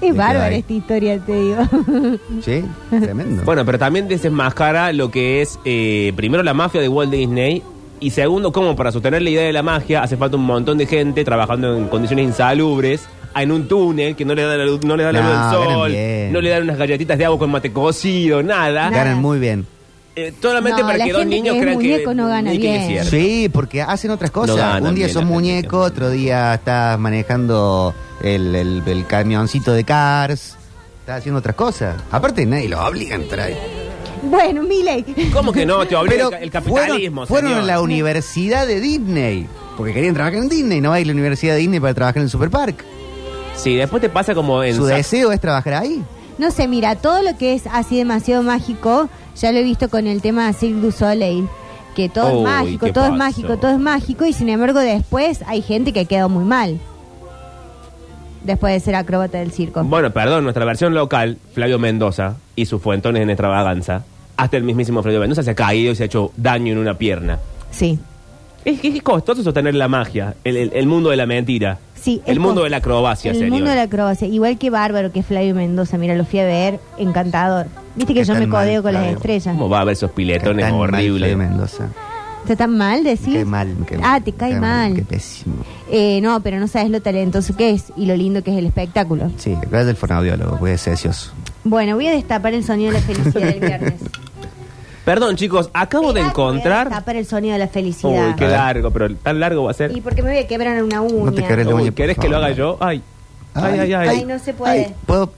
H: Es bárbara
F: ahí.
H: esta historia, te digo.
F: Sí, tremendo.
G: Bueno, pero también desenmascara lo que es, eh, primero, la mafia de Walt Disney. Y segundo, cómo para sostener la idea de la magia hace falta un montón de gente trabajando en condiciones insalubres, en un túnel que no le da la luz, no le da la
F: No,
G: luz del
F: ganan
G: sol,
F: bien.
G: no le dan unas galletitas de agua con mate cocido, nada.
H: Nada.
F: Ganan muy bien.
G: Eh, solamente
H: No,
G: para
H: la
G: que dos
H: gente
G: niños
H: que es
G: crean que.
H: muñeco no gana
G: ni que
H: bien.
G: es cierto.
F: Sí, porque hacen otras
G: No
F: cosas.
G: ganan
F: un día
G: bien
F: sos
G: la gente,
F: muñeco,
G: sí.
F: otro día estás manejando el, el- el camioncito de Cars. Estás haciendo otras cosas. Aparte, nadie los obliga a entrar ahí.
H: bueno, Miley.
G: ¿Cómo que no? Te obliga
F: Pero
G: el, ca- el
F: fueron,
G: capitalismo.
F: fueron
G: señor.
F: a la universidad de Disney. Porque querían trabajar en Disney. No va a ir a la universidad de Disney para trabajar en el Superpark.
G: Sí, después te pasa como en.
F: Su
G: Sa-
F: deseo es trabajar ahí.
H: No sé, mira, todo lo que es así demasiado mágico, ya lo he visto con el tema de Cirque du Soleil. Que todo
G: Uy,
H: es mágico,
G: ¿qué
H: todo
G: pasó?
H: es mágico, todo es mágico, y sin embargo, después hay gente que quedó muy mal. Después de ser acróbata del circo.
G: Bueno, perdón, nuestra versión local, Flavio Mendoza y sus fuentones en extravaganza, hasta el mismísimo Flavio Mendoza se ha caído y se ha hecho daño en una pierna.
H: Sí.
G: Es que es costoso sostener la magia, el, el- el mundo de la mentira,
H: Sí,
G: el
H: es
G: mundo
H: como-
G: de la acrobacia,
H: El
G: señor.
H: mundo de la acrobacia. Igual que bárbaro que es Flavio Mendoza. Mira, lo fui a ver. Encantador. Viste que
F: Qué
H: yo me
F: tan mal,
H: codeo con las
F: Flavio.
H: estrellas.
G: ¿Cómo va a haber esos piletones
F: Tan mal Fede
G: horribles?
F: Mendoza.
H: ¿Está tan mal decís?
F: Qué mal, qué mal.
H: Ah, te cae
F: Qué
H: mal.
F: Qué pésimo.
H: Eh, no, pero no sabes lo talentoso que es y lo lindo que es el espectáculo.
F: Sí, acá es del fonoaudiólogo, voy a ser deseoso.
H: Bueno, voy a destapar el sonido de la felicidad del viernes.
G: Perdón, chicos, acabo de
H: Mirá, Voy a
G: encontrar.
H: destapar el sonido de la
G: Uy,
H: felicidad.
G: qué
F: A ver.
G: largo, pero tan largo va a ser.
H: y porque me voy a quebrar una uña.
F: No te quebres la
G: Uy,
F: uña, por
G: ¿Querés que lo
F: favor.
G: haga yo? Ay. Ay, ay, ay.
H: ay. no se puede.
F: ¿Puedo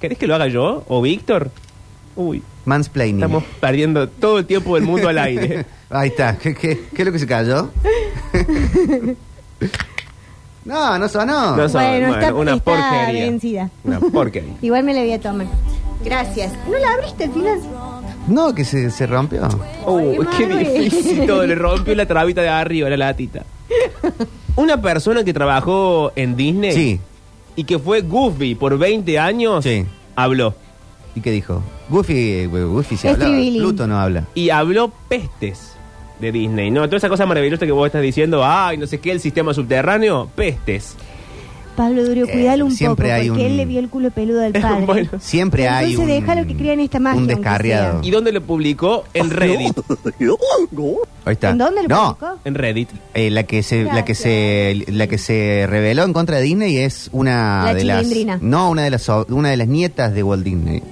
G: ¿Querés que lo haga yo o Víctor? Uy,
F: mansplaining?
G: estamos perdiendo todo el tiempo del mundo al aire.
F: Ahí está. ¿Qué, qué, qué es lo que se cayó? no, no sonó.
G: No sabe,
H: bueno,
G: bueno,
H: está,
G: una
H: está
G: porquería.
H: vencida.
G: Una porquería.
H: Igual me la voy a tomar. Gracias. ¿No la abriste al final?
F: No, que se, se rompió.
G: Oh,
H: Qué
G: qué
H: malo es.
G: difícil todo. Le rompió la trabita de arriba, la latita. Una persona que trabajó en Disney
F: Sí.
G: y que fue Goofy por 20 años
F: Sí.
G: habló.
F: ¿Y qué dijo? Goofy, eh, Goofy se
H: Es
F: habla.
H: tribilín.
F: Pluto no habla.
G: Y habló pestes de Disney. No, toda esa cosa maravillosa que vos estás diciendo, ay, no sé qué, el sistema subterráneo, pestes.
H: Pablo Durio,
F: Eh,
H: cuidalo un
F: siempre
H: poco,
F: hay
H: porque
F: un-
H: él le vio el culo peludo al padre.
G: Bueno.
F: Siempre hay un...
H: Entonces déjalo que crean esta magia,
F: Un
H: aunque
F: descarriado.
G: ¿Y dónde lo publicó?
F: Oh,
G: En Reddit.
F: Ahí está.
H: ¿En dónde lo
F: no,
H: publicó?
G: En Reddit.
F: eh, la que se la que se la que se reveló en contra de Disney es una
H: La
F: de las
H: chilindrina.
F: no una de las so- una de las nietas de Walt Disney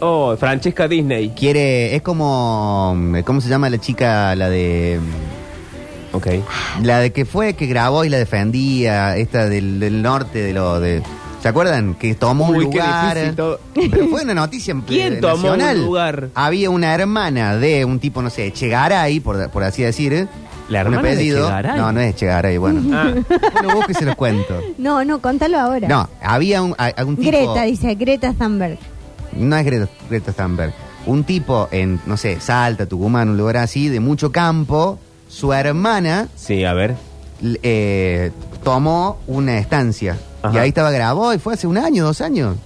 G: Oh, Francesca Disney.
F: quiere es como cómo se llama la chica la de
G: Ok.
F: La de que fue que grabó y la defendía, esta del, del norte de lo de. ¿Se acuerdan? Que tomó un
G: Uy, qué
F: lugar. eh,
G: difícil todo.
F: Pero fue una noticia en-
G: ¿Quién
F: eh,
G: tomó un
F: nacional.
G: lugar?
F: Había una hermana de un tipo, no sé, Chegaray, por, por así decir. ¿eh?
G: ¿La
F: Un
G: hermana de
F: apellido.
G: Chegaray?
F: No, no es Chegaray, bueno.
G: Ah,
F: Bueno, vos que se los cuento.
H: No, no, contalo ahora.
F: No, había un, a- algún tipo.
H: Greta, dice Greta Thunberg.
F: No es Greta, Greta Thunberg. Un tipo en, no sé, Salta, Tucumán, un lugar así, de mucho campo. Su hermana
G: sí, a ver.
F: l- eh, tomó una estancia.
G: Ajá.
F: Y ahí estaba grabado y fue hace un año, dos años.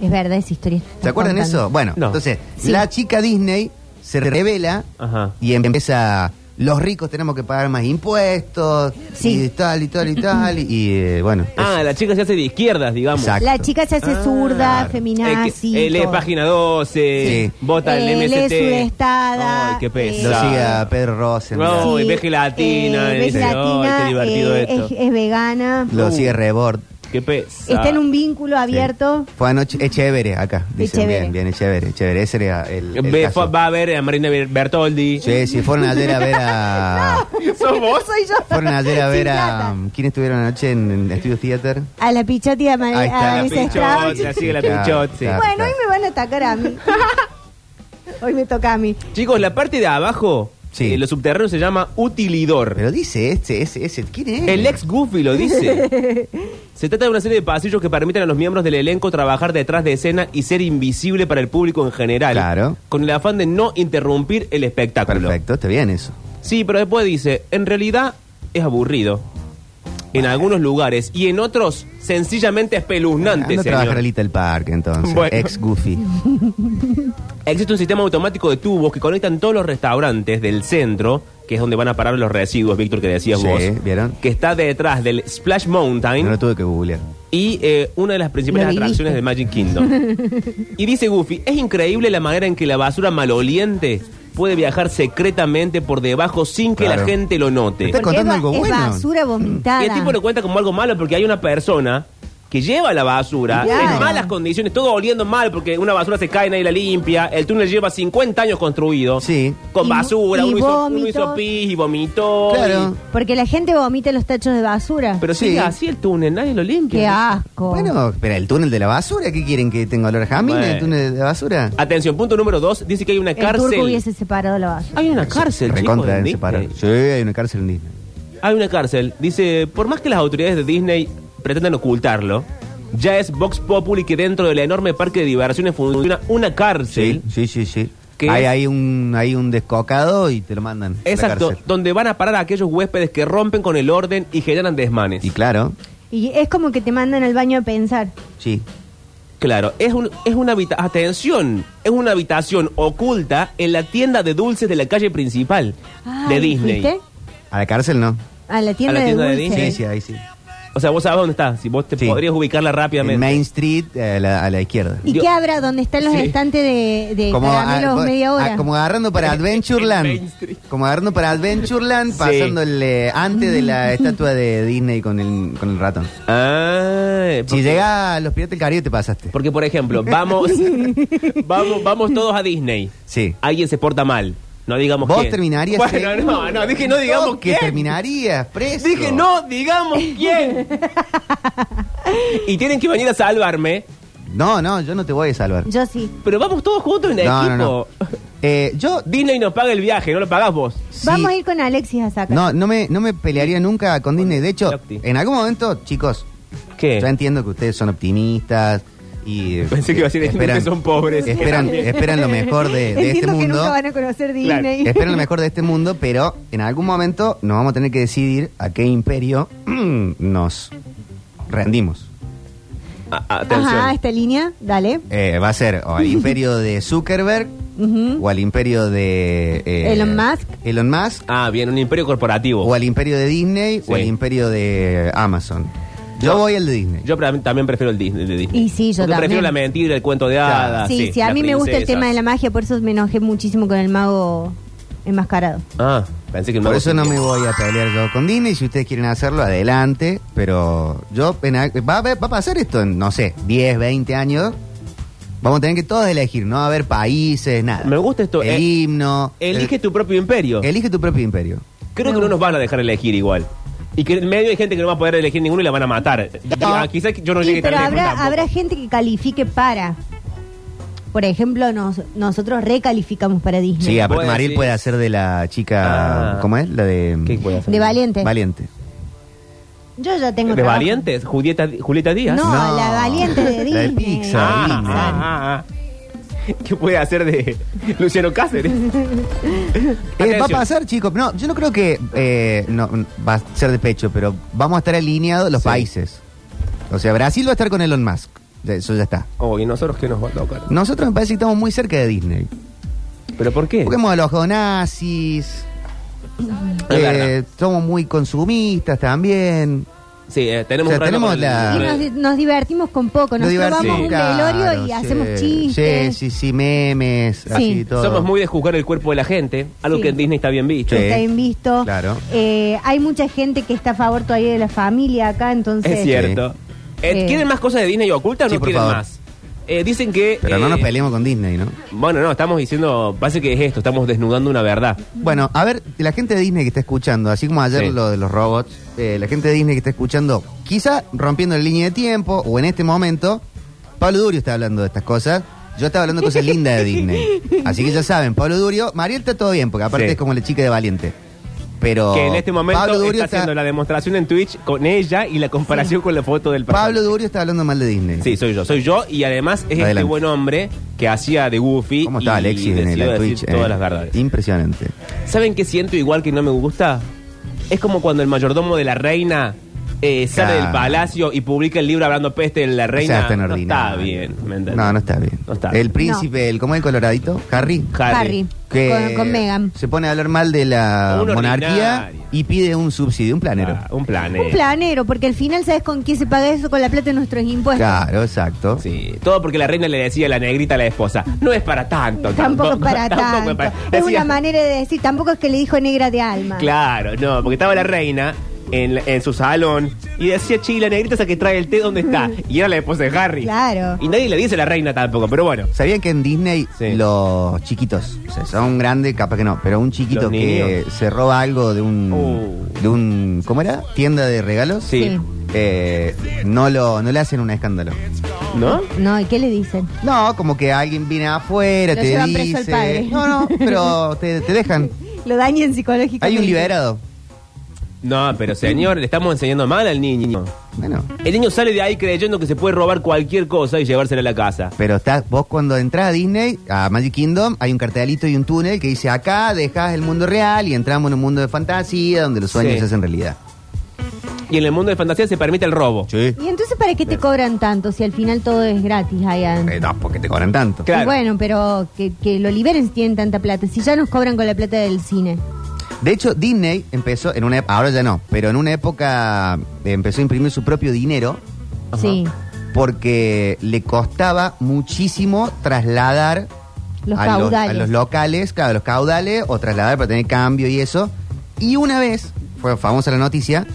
H: Es verdad esa historia.
F: ¿Se acuerdan eso? Bueno,
G: No. Ah.
F: entonces,
H: Sí.
F: la chica Disney se revela
G: Ajá.
F: y em- empieza. Los ricos tenemos que pagar más impuestos
H: Sí.
F: y tal y tal y tal. Y, y, eh, bueno, eso.
G: Ah, la chica se hace de izquierdas, digamos.
F: Exacto.
H: La chica se hace
G: Ah,
H: zurda,
F: claro.
G: Eh,
H: feminazi.
G: que- eh, lee
H: todo.
G: página 12,
F: Sí.
G: vota el
H: Eh, lee
G: MST.
H: Sudestada,
G: Ay, qué
H: eh,
F: lo
G: pesado.
F: sigue a Pedro Rosenberg.
G: No. Oh, y Veje Latina,
H: Veje
G: dice, oh, qué
H: Latina,
G: divertido
H: eh,
G: esto.
H: Es, es vegana.
F: Lo sigue Rebord.
G: Qué pesado.
H: Está
F: Ah,
H: en un vínculo abierto.
F: Fue anoche, Echeverre acá. Dicen
H: Echeverre.
F: bien, bien, Echeverre. Echeverre, ese era el. el
G: Ve-
F: caso.
G: fue- va a ver a Marina Ber- Bertoldi.
F: Sí, sí, fueron ayer a ver a.
G: ¿Sos vos?
H: Soy yo.
F: Fueron ayer a
H: Sin
F: ver
H: plata.
F: a. ¿Quién estuvieron anoche en, en Estudio Theater?
H: A la pichota y a, Ma-
F: Ahí está,
H: a
F: la
H: Vanessa
G: pichota,
H: Strauch.
G: sí. sigue la Pichot, sí.
F: claro,
H: Bueno,
F: claro.
H: hoy me van a atacar a mí. hoy me toca a mí.
G: Chicos, la parte de abajo,
F: Sí.
G: eh, lo subterráneo se llama utilidor.
F: Pero dice este, ese, ese. ¿Quién es?
G: El ex Goofy lo dice. Se trata de una serie de pasillos que permiten a los miembros del elenco trabajar detrás de escena y ser invisible para el público en general.
F: Claro.
G: Con el afán de no interrumpir el espectáculo.
F: Perfecto, está bien eso.
G: Sí, pero después dice, en realidad es aburrido. en algunos lugares y en otros sencillamente espeluznantes.
F: Anda a trabajar
G: señor.
F: a Little Park, entonces.
G: Bueno.
F: Ex Goofy.
G: Existe un sistema automático de tubos que conectan todos los restaurantes del centro, que es donde van a parar los residuos, Víctor, que decías
F: Sí,
G: vos.
F: ¿vieron?
G: Que está detrás del Splash Mountain
F: No lo tuve que googlear.
G: y eh, una de las principales
H: Lo viviste.
G: atracciones de Magic Kingdom. y dice Goofy, es increíble la manera en que la basura maloliente puede viajar secretamente por debajo sin que
F: Claro.
G: la gente lo note.
F: Está-
H: Porque es,
F: contando
H: ba-
F: algo
H: es
F: bueno.
H: basura vomitada.
G: Y el tipo lo cuenta como algo malo porque hay una persona que lleva la basura
H: Claro.
G: en malas condiciones, todo oliendo mal porque una basura se cae y nadie la limpia. El túnel lleva 50 años construido
F: Sí.
G: con
H: Y-
G: basura.
H: y
G: uno, hizo, uno
H: vómitos.
G: hizo pis y vomitó.
F: Claro.
H: Porque la gente vomita los tachos de basura.
G: y- pero
F: Sí.
G: sigue así el túnel, nadie lo limpia.
H: Qué asco.
F: Bueno, espera, el túnel de la basura, ¿qué quieren que tenga olor a jamín
G: Bueno.
F: el túnel de la basura?
G: Atención, punto número dos, dice que hay una
H: el turco
G: cárcel.
H: hubiese separado la basura.
G: Hay una cárcel, chicos,
F: Recontra
G: en
F: en
G: Disney.
F: separar. Sí, hay una cárcel en Disney.
G: Hay una cárcel. Dice, por más que las autoridades de Disney pretendan ocultarlo, ya es Vox Populi que dentro del enorme parque de diversiones funciona una cárcel.
F: Sí, sí, sí, sí.
G: ¿Qué
F: Hay,
G: es?
F: hay un, hay un descocado y te lo mandan. a la
G: Exacto,
F: cárcel.
G: donde van a parar a aquellos huéspedes que rompen con el orden y generan desmanes.
F: Y claro,
H: Y es como que te mandan al baño a pensar.
F: sí.
G: claro, es, un, es una habitación, atención, es una habitación oculta en la tienda de dulces de la calle principal de
H: Ay,
G: Disney.
H: ¿fuiste?
F: A la cárcel no.
H: A la tienda,
G: A la tienda de
H: de,
F: Sí,
H: dulces.
G: Disney.
F: sí, ahí sí.
G: O sea, vos sabés dónde está, si vos te
F: Sí.
G: podrías ubicarla
F: En
G: rápidamente.
F: Main Street, eh, a la, a la izquierda.
H: ¿Y
G: Dios.
H: qué habrá donde están los
G: Sí.
H: estantes de, de
F: a-
H: caramelos
F: a-
H: media hora?
F: ah, como agarrando para
G: En Main
F: Adventureland.
G: Street.
F: Como agarrando para Adventureland,
G: Sí.
F: pasándole antes de la estatua de Disney con el, con el ratón.
G: Ah,
F: Si llega a los Piratas del Caribe, te pasaste.
G: Porque, por ejemplo, vamos, vamos, vamos todos a Disney.
F: Sí.
G: Alguien se porta mal. No digamos
F: Vos
G: quién.
F: terminarías.
G: Bueno, no,
F: seguro.
G: no, dije no digamos
F: Todo que
G: quién.
F: terminarías preso.
G: Dije no digamos quién. y tienen que venir a salvarme.
F: No, no, yo no te voy a salvar.
H: Yo sí.
G: Pero vamos todos juntos en
F: no, no,
G: equipo.
F: no. Eh, yo.
G: Disney nos paga el viaje, no lo pagás vos.
F: sí,
H: Vamos a ir con Alexis a sacar.
F: No, no me, no me pelearía nunca con Disney. De hecho,
G: Locti.
F: en algún momento, chicos,
G: ¿Qué?
F: yo entiendo que ustedes son optimistas. Y, eh,
G: Pensé que iba a decir, "Ustedes son pobres".
F: Esperan, esperan lo mejor de, de este
H: Entiendo que
F: mundo.
H: nunca van a conocer Disney.
F: Esperan lo mejor de este mundo, pero en algún momento nos vamos a tener que decidir a qué imperio nos rendimos.
G: Ah, ah, atención.
H: Ajá, esta línea, dale.
F: Eh, va a ser o al imperio de Zuckerberg
H: Ujú.
F: o al imperio de eh,
H: Elon Musk.
F: Elon Musk
G: Ah, bien, un imperio corporativo.
F: o al imperio de Disney
G: Oh. Sí.
F: o al imperio de Amazon. Yo voy al de Disney.
G: Yo pra- también prefiero el Disney. el de Disney.
H: Y sí, yo
G: Porque prefiero
H: también.
G: la mentira, el cuento de
F: Claro.
G: hadas.
H: sí, sí, a
G: las
H: mí me gusta el
G: princesas.
H: tema de la magia, por eso me enojé muchísimo con el mago enmascarado.
G: Ah, pensé que
F: Por eso no
G: sí.
F: me voy a pelear yo con Disney. Si ustedes quieren hacerlo, adelante. Pero yo en a- va, a ver- va a pasar esto en, no sé, 10, 20 años. Vamos a tener que todos elegir. No va a haber países, nada.
G: Me gusta esto,
F: El
G: eh,
F: himno.
G: Elige tu propio imperio.
F: el- elige tu propio imperio.
G: Creo que no nos van a dejar elegir igual. Y que en medio hay gente que no va a poder elegir ninguno y la van a matar. Ah, quizás que yo no
H: Sí,
G: llegue tan
H: pero
G: lejos
H: habrá,
G: tampoco.
H: habrá gente que califique para. Por ejemplo, nos- nosotros recalificamos para Disney.
F: Sí, aparte
G: Puede
F: Maril
G: decir-
F: puede hacer de la chica.
G: pues, Ah.
F: ¿Cómo es? La de.
G: ¿Qué puede hacer?
H: de valiente.
F: Valiente.
H: Yo ya tengo
G: ¿De
H: trabajo.
G: valientes? Julieta, Julieta Díaz.
H: No,
F: No.
H: la valiente de Disney.
F: La de Pixar,
G: Ah,
F: Disney.
G: ah, ah, ah. ¿Qué puede hacer de Luciano Cáceres?
F: Eh, va a
G: Atención.
F: pasar, chicos. No, yo no creo que eh, no, no, va a ser de pecho, pero vamos a estar alineados los
G: Sí.
F: países. O sea, Brasil va a estar con Elon Musk. Ya, Eso ya está.
G: Oh, ¿y nosotros qué nos va a tocar?
F: Nosotros me parece que estamos muy cerca de Disney.
G: ¿Pero por qué?
F: Porque hemos alojado nazis.
G: Es
F: eh,
G: verdad.
F: somos muy consumistas también.
G: Sí, eh, tenemos
F: O sea,
G: un reno
F: tenemos
G: con el-
F: la-
H: Y nos, nos divertimos con poco.
F: Nos
H: Nosotros vamos a
F: divertimos.
H: un
F: Claro,
H: velorio y
F: sí.
H: hacemos chistes.
F: Sí, sí, sí, memes,
H: Sí.
F: así todo.
G: Somos muy de juzgar el cuerpo de la gente, algo
H: Sí.
G: que en Disney está bien visto.
F: Sí.
H: Está bien visto.
F: Claro.
H: Eh, hay mucha gente que está a favor todavía de la familia acá, entonces.
G: Es cierto. Eh,
H: Sí.
G: ¿Quieren más cosas de Disney ocultas o
F: Sí,
G: no
F: por
G: quieren
F: favor.
G: más? Eh, dicen que...
F: Pero
G: eh,
F: no nos peleemos con Disney, ¿no?
G: Bueno, no, estamos diciendo, parece que es esto, estamos desnudando una verdad.
F: Bueno, a ver, la gente de Disney que está escuchando, así como ayer
G: Sí.
F: lo de los robots, eh, la gente de Disney que está escuchando, quizá rompiendo la línea de tiempo o en este momento, Pablo Durio está hablando de estas cosas. Yo estaba hablando de cosas lindas de Disney. Así que ya saben, Pablo Durio, Mariel está todo bien, porque aparte
G: Sí.
F: es como la chica de Valiente. Pero
G: que en este momento
F: Oh. Pablo
G: está,
F: Durio
G: haciendo la demostración en Twitch con ella y la comparación con la foto del pasante.
F: Pablo Durio está hablando mal de Disney.
G: Sí, soy yo, soy yo y además es este
F: Adelante.
G: buen hombre que hacía de Goofy
F: ¿Cómo está
G: y
F: Alexis en
G: decidió
F: el
G: decir
F: Twitch?
G: todas
F: eh?
G: las verdades.
F: Impresionante.
G: ¿Saben qué siento igual que no me gusta? Es como cuando el mayordomo de la reina eh, sale
F: Claro.
G: del palacio y publica el libro hablando peste de la reina.
F: O sea, está en
G: no
F: ordinario.
G: está bien. ¿me entendés?
F: No, no está bien.
G: No está
F: El
G: bien.
F: príncipe, el, ¿cómo es el coloradito? Harry.
G: Harry.
H: Harry. Con, con Megan.
F: Se pone a hablar mal de la
G: Un
F: monarquía
G: ordinario.
F: y pide un subsidio, un planero.
G: Ah, un planeta.
H: Un planero, porque al final, ¿sabes con quién se paga eso? Con la plata de nuestros impuestos.
F: Claro, exacto.
G: Sí, todo porque la reina le decía a la negrita a la esposa, no es para tanto.
H: Tampoco es para
G: tampoco
H: tanto.
G: es para-
H: Es
G: Decía-
H: una manera de decir, tampoco es que le dijo negra de alma.
G: Claro, no, porque estaba la reina en, la- en su salón y decía, che, ¿y la negrita esa que trae el té, ¿dónde está? Y era la esposa de Harry.
H: Claro.
G: Y nadie le dice a la reina tampoco, pero bueno.
F: ¿Sabían que en Disney
G: Sí.
F: los chiquitos, o sea, son grandes, capaz que no, pero un chiquito
G: Los
F: que
G: niños.
F: se roba algo de un,
G: Oh.
F: de un, ¿cómo era? Tienda de regalos.
G: Sí.
H: Sí.
F: Eh, no lo, no le hacen un escándalo.
G: ¿No?
H: No, ¿y qué le dicen?
F: No, como que alguien viene afuera,
H: Lo
F: te
H: llevan
F: dice.
H: preso al padre.
F: No, no, pero te, te dejan.
H: Lo dañen psicológicamente.
F: Hay un liberado.
G: No, pero señor, le estamos enseñando mal al niño.
F: Bueno,
G: El niño sale de ahí creyendo que se puede robar cualquier cosa y llevársela a la casa.
F: pero estás, vos cuando entras a Disney, a Magic Kingdom, hay un cartelito y un túnel que dice acá dejas el mundo real y entramos en un mundo de fantasía donde los sueños
G: Sí.
F: se hacen realidad.
G: Y en el mundo de fantasía se permite el robo.
F: Sí.
H: ¿Y entonces para qué te cobran tanto si al final todo es gratis, Ayan?
F: Eh, no, porque te cobran tanto.
G: Claro.
H: Bueno, pero que, que lo liberen si tienen tanta plata. Si ya nos cobran con la plata del cine.
F: De hecho, Disney empezó en una ep- ahora ya no, pero en una época eh, empezó a imprimir su propio dinero
H: Sí.
F: porque le costaba muchísimo trasladar
H: Los
F: a, los, a
H: caudales.
F: los locales, claro, los caudales o trasladar para tener cambio y eso. Y una vez, fue famosa la noticia,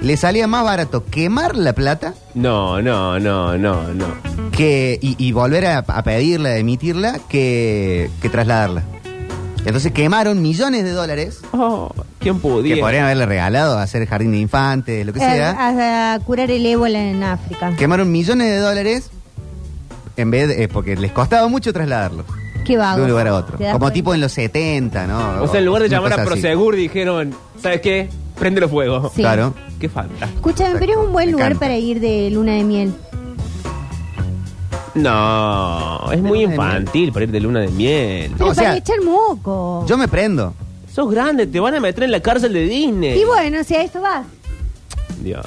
F: le salía más barato quemar la plata
G: No, no, no, no, no.
F: que y, y volver a, a pedirla, a emitirla, que, que trasladarla. Entonces quemaron millones de dólares
G: Oh, ¿quién
F: que
G: pudiera?
F: podrían haberle regalado a hacer jardín de infantes, lo que
H: Eh,
F: sea.
H: a, a curar el ébola en África. ¿Qué?
F: Quemaron millones de dólares en vez de, eh, porque les costaba mucho trasladarlo
H: vago.
F: de un lugar a otro.
H: ¿Te das
F: Como
H: cuenta?
F: tipo en los 70, ¿no?
G: O sea, en lugar de
F: Una
G: llamar a
F: cosa así.
G: Prosegur dijeron, ¿sabes qué? Prendelo fuego.
H: Sí.
F: Claro.
G: Qué falta.
H: Escúchame, pero es un buen
F: Me
H: lugar
F: encanta.
H: para ir de luna de miel.
G: No,
F: De
G: es muy
F: luna de miel.
G: infantil para ir de luna de miel.
H: Pero
F: o
H: para
F: sea,
H: echar moco.
F: Yo me prendo.
G: Sos grande, te van a meter en la cárcel de Disney.
H: Y bueno, si a eso vas.
G: Dios.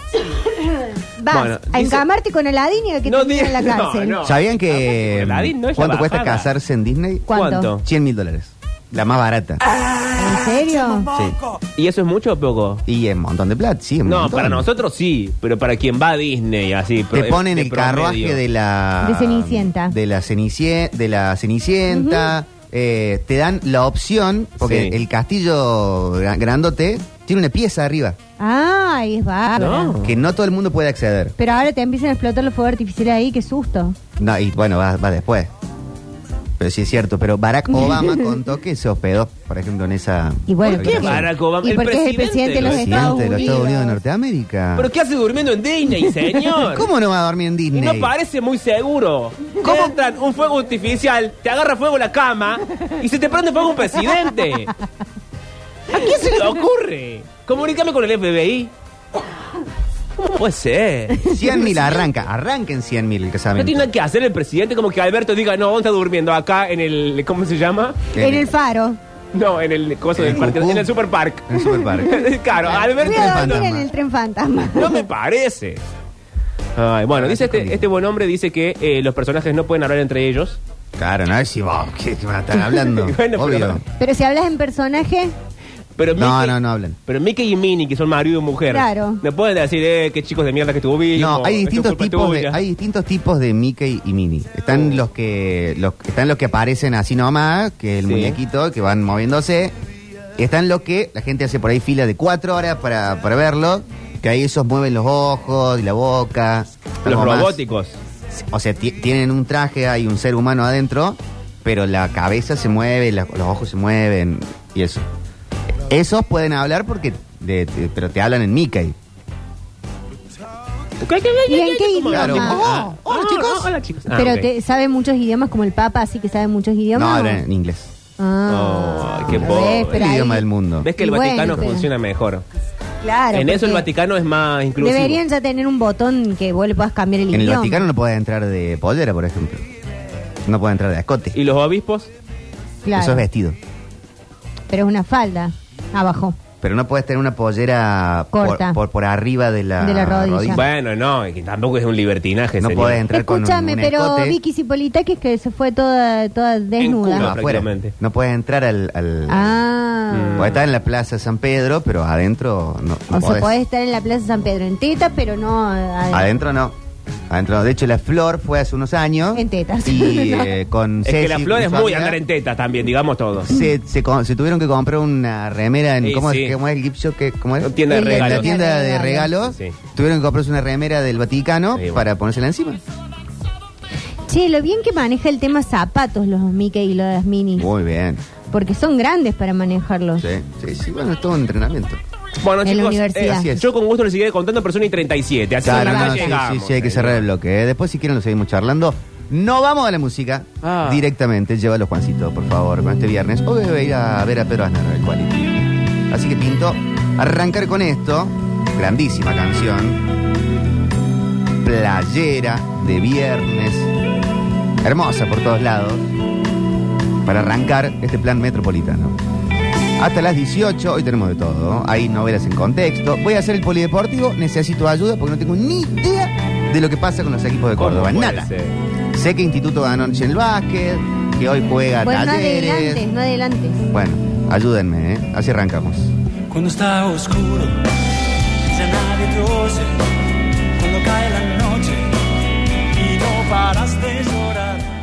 H: Vas
G: Bueno,
H: a
G: dice-
H: encamarte con Aladín y a que
G: No
H: te metan en la
G: diga- no,
H: cárcel.
G: no.
F: ¿Sabían que
G: Ah, bueno, Aladdin no es la
F: cuánto cuesta
G: bajada.
F: casarse en Disney?
H: ¿Cuánto?
G: ¿Cuánto?
F: 100 mil dólares. La más barata.
H: Ah, ¿En serio?
F: Sí.
G: ¿Y eso es mucho o poco?
F: Y es un montón de plata, sí. Este es un
G: No,
F: montón.
G: para nosotros sí, pero para quien va a Disney así.
F: Te
G: pro-
F: ponen
G: de
F: el
G: promedio.
F: carruaje de la...
H: De Cenicienta.
F: De la, cenicie- de la Cenicienta. eh, te dan la opción, porque
G: Sí.
F: el castillo gra- grandote tiene una pieza arriba.
H: Ay, es bárbaro.
G: No.
F: que no todo el mundo puede acceder.
H: Pero ahora te empiezan a explotar los fuegos artificiales ahí, qué susto.
F: No, y bueno, va, va después. Pero sí es cierto, pero Barack Obama contó que se hospedó, por ejemplo, en esa...
H: Y bueno,
G: ¿Por qué
H: pero-
G: Barack Obama?
H: ¿Y
G: El
H: por qué es el
G: presidente
H: presidente de los
G: de
H: Estados
F: Presidente de los
H: Unidos?
F: Estados Unidos de Norteamérica.
G: ¿Pero qué hace durmiendo en Disney, señor?
F: ¿Cómo no va a dormir en
G: Y
F: Disney?
G: no parece muy seguro. ¿Cómo entran un fuego artificial, te agarra fuego la cama y se te prende fuego un presidente? ¿A quién se le ocurre? Comunícame con el FBI. ¿Cómo puede ser?
F: 100 mil, arranca, arranca en 100 mil el
G: No tiene
F: casamiento.
G: nada que hacer el presidente, como que Alberto diga, no, ¿dónde está durmiendo? Acá en el. ¿Cómo se llama?
H: En el faro.
G: No, en el. cosa
F: ¿En
G: del
F: el
G: parque?
F: cucú?
G: En el superpark.
F: En el superpark.
G: claro,
H: Voy
G: Alberto.
H: a
F: Tren
H: dormir en
F: fantasma.
H: el tren fantasma.
G: No me parece. Ay, bueno, dice este, este buen hombre dice que eh, los personajes no pueden hablar entre ellos.
F: Claro, no es si vos, ¿qué te van a estar hablando?
G: Bueno, pero-
F: Obvio.
H: Pero si hablas en personaje,
G: Pero
F: No,
G: Mickey-
F: no, no hablan.
G: Pero Mickey y Minnie, que son marido y mujer.
H: Claro.
G: Me pueden decir, eh, qué chicos de mierda que tuvimos.
F: No, hay
G: esto es
F: distintos
G: culpa
F: tipos de,
G: tuya. Uh.
F: hay distintos tipos de Mickey y Minnie. Están los que los están los que aparecen así nomás, que el
G: Sí.
F: muñequito que van moviéndose. Están los que la gente hace por ahí fila de cuatro horas para, para verlo, que ahí esos mueven los ojos y la boca. Están
G: Los
F: como más-
G: robóticos.
F: o sea, ti- tienen un traje, hay un ser humano adentro, pero la cabeza se mueve, la- los ojos se mueven y eso. Esos pueden hablar porque de- te- pero te hablan en Mickey.
H: ¿y en qué
F: Claro.
H: idioma? Oh,
F: Ah, hola, chicos.
G: Hola, chicos. Ah,
H: Pero
G: ok.
H: te, sabe muchos idiomas, como el Papa, así que sabe muchos
F: No,
H: idiomas.
F: hablan en inglés.
H: Ah,
G: Oh, qué
H: ¿ves?
G: pobre.
H: Pero
F: el
H: ahí-
F: idioma del mundo.
G: Ves que el
H: Y bueno,
G: Vaticano
H: pero-
G: funciona mejor.
H: Claro.
G: en eso el
H: porque
G: Vaticano es más inclusivo.
H: Deberían ya tener un botón que vos le puedas cambiar el
F: En el
H: idioma.
F: Vaticano no puede entrar de pollera, por ejemplo. No puede entrar de escote.
G: ¿Y los obispos?
H: Claro.
F: Eso es vestido.
H: Pero es una falda. Abajo.
F: Pero no puedes tener una pollera por-
H: Corta.
F: Por, por arriba de la,
H: De la rodilla.
G: Bueno, no, es que tampoco es un libertinaje,
F: No
G: señor.
F: podés entrar con un,
H: Escúchame,
F: un
H: pero
F: escote.
H: Vicky Cipolitakis que se fue toda, toda desnuda.
F: No,
G: culo.
F: afuera.
G: prácticamente.
F: No puedes entrar al... al
H: Ah.
F: Podés Mm. estar en la plaza San Pedro, pero adentro no, no
H: O sea, podés estar en la Plaza San Pedro en teta, pero no ah, adentro.
F: Adentro no. Adentro no. De hecho, la flor fue hace unos años.
H: En tetas.
F: Y
H: No.
F: eh, con
G: Es que la
F: Ceci,
G: flor
F: su
G: es muy
F: amiga,
G: andar en tetas también, digamos todos.
F: Se, se, con- se tuvieron que comprar una remera en.
G: Sí,
F: ¿cómo,
G: sí.
F: Es, ¿Cómo es el gift shop? que- ¿Cómo es?
G: Tienda de
F: En
G: regalos.
F: La tienda de regalos.
G: Sí.
F: Tuvieron que comprarse una remera del Vaticano
G: Sí, bueno.
F: para ponérsela encima.
H: Che, lo bien que maneja el tema zapatos los Mickey y las minis.
F: Muy bien.
H: Porque son grandes para manejarlos.
F: Sí, sí, sí. Bueno, es todo un entrenamiento.
G: Bueno,
H: En la
G: chicos,
H: universidad.
G: eh,
F: Así es.
G: yo con gusto les seguiré contando, pero son y 37. Así
F: Claro,
G: que acá
F: no, sí, sí,
G: llegamos,
F: sí, hay que
G: señor.
F: cerrar el bloque. ¿eh? Después, si quieren, lo seguimos charlando. No vamos a la música.
G: Ah.
F: Directamente, llévalo, Juancito, por favor, con este viernes. Hoy voy a ir a ver a Pedro Aznar, el cual. Así que, Pinto, arrancar con esto. Grandísima canción. Playera de viernes. Hermosa por todos lados. Para arrancar este plan metropolitano. Hasta las 18, hoy tenemos de todo. Hay novelas en contexto. Voy a hacer el polideportivo, necesito ayuda porque no tengo ni idea de lo que pasa con los equipos de
G: ¿Cómo
F: Córdoba.
G: puede
F: Nada.
G: ser?
F: Sé que Instituto ganó anoche en el básquet, que hoy juega
H: Bueno, no
F: talleres.
H: adelantes, no adelantes.
F: Bueno, ayúdenme, ¿eh? Así arrancamos.
E: Cuando está oscuro, ya nadie te oye. Cuando cae la noche y no paras de llorar.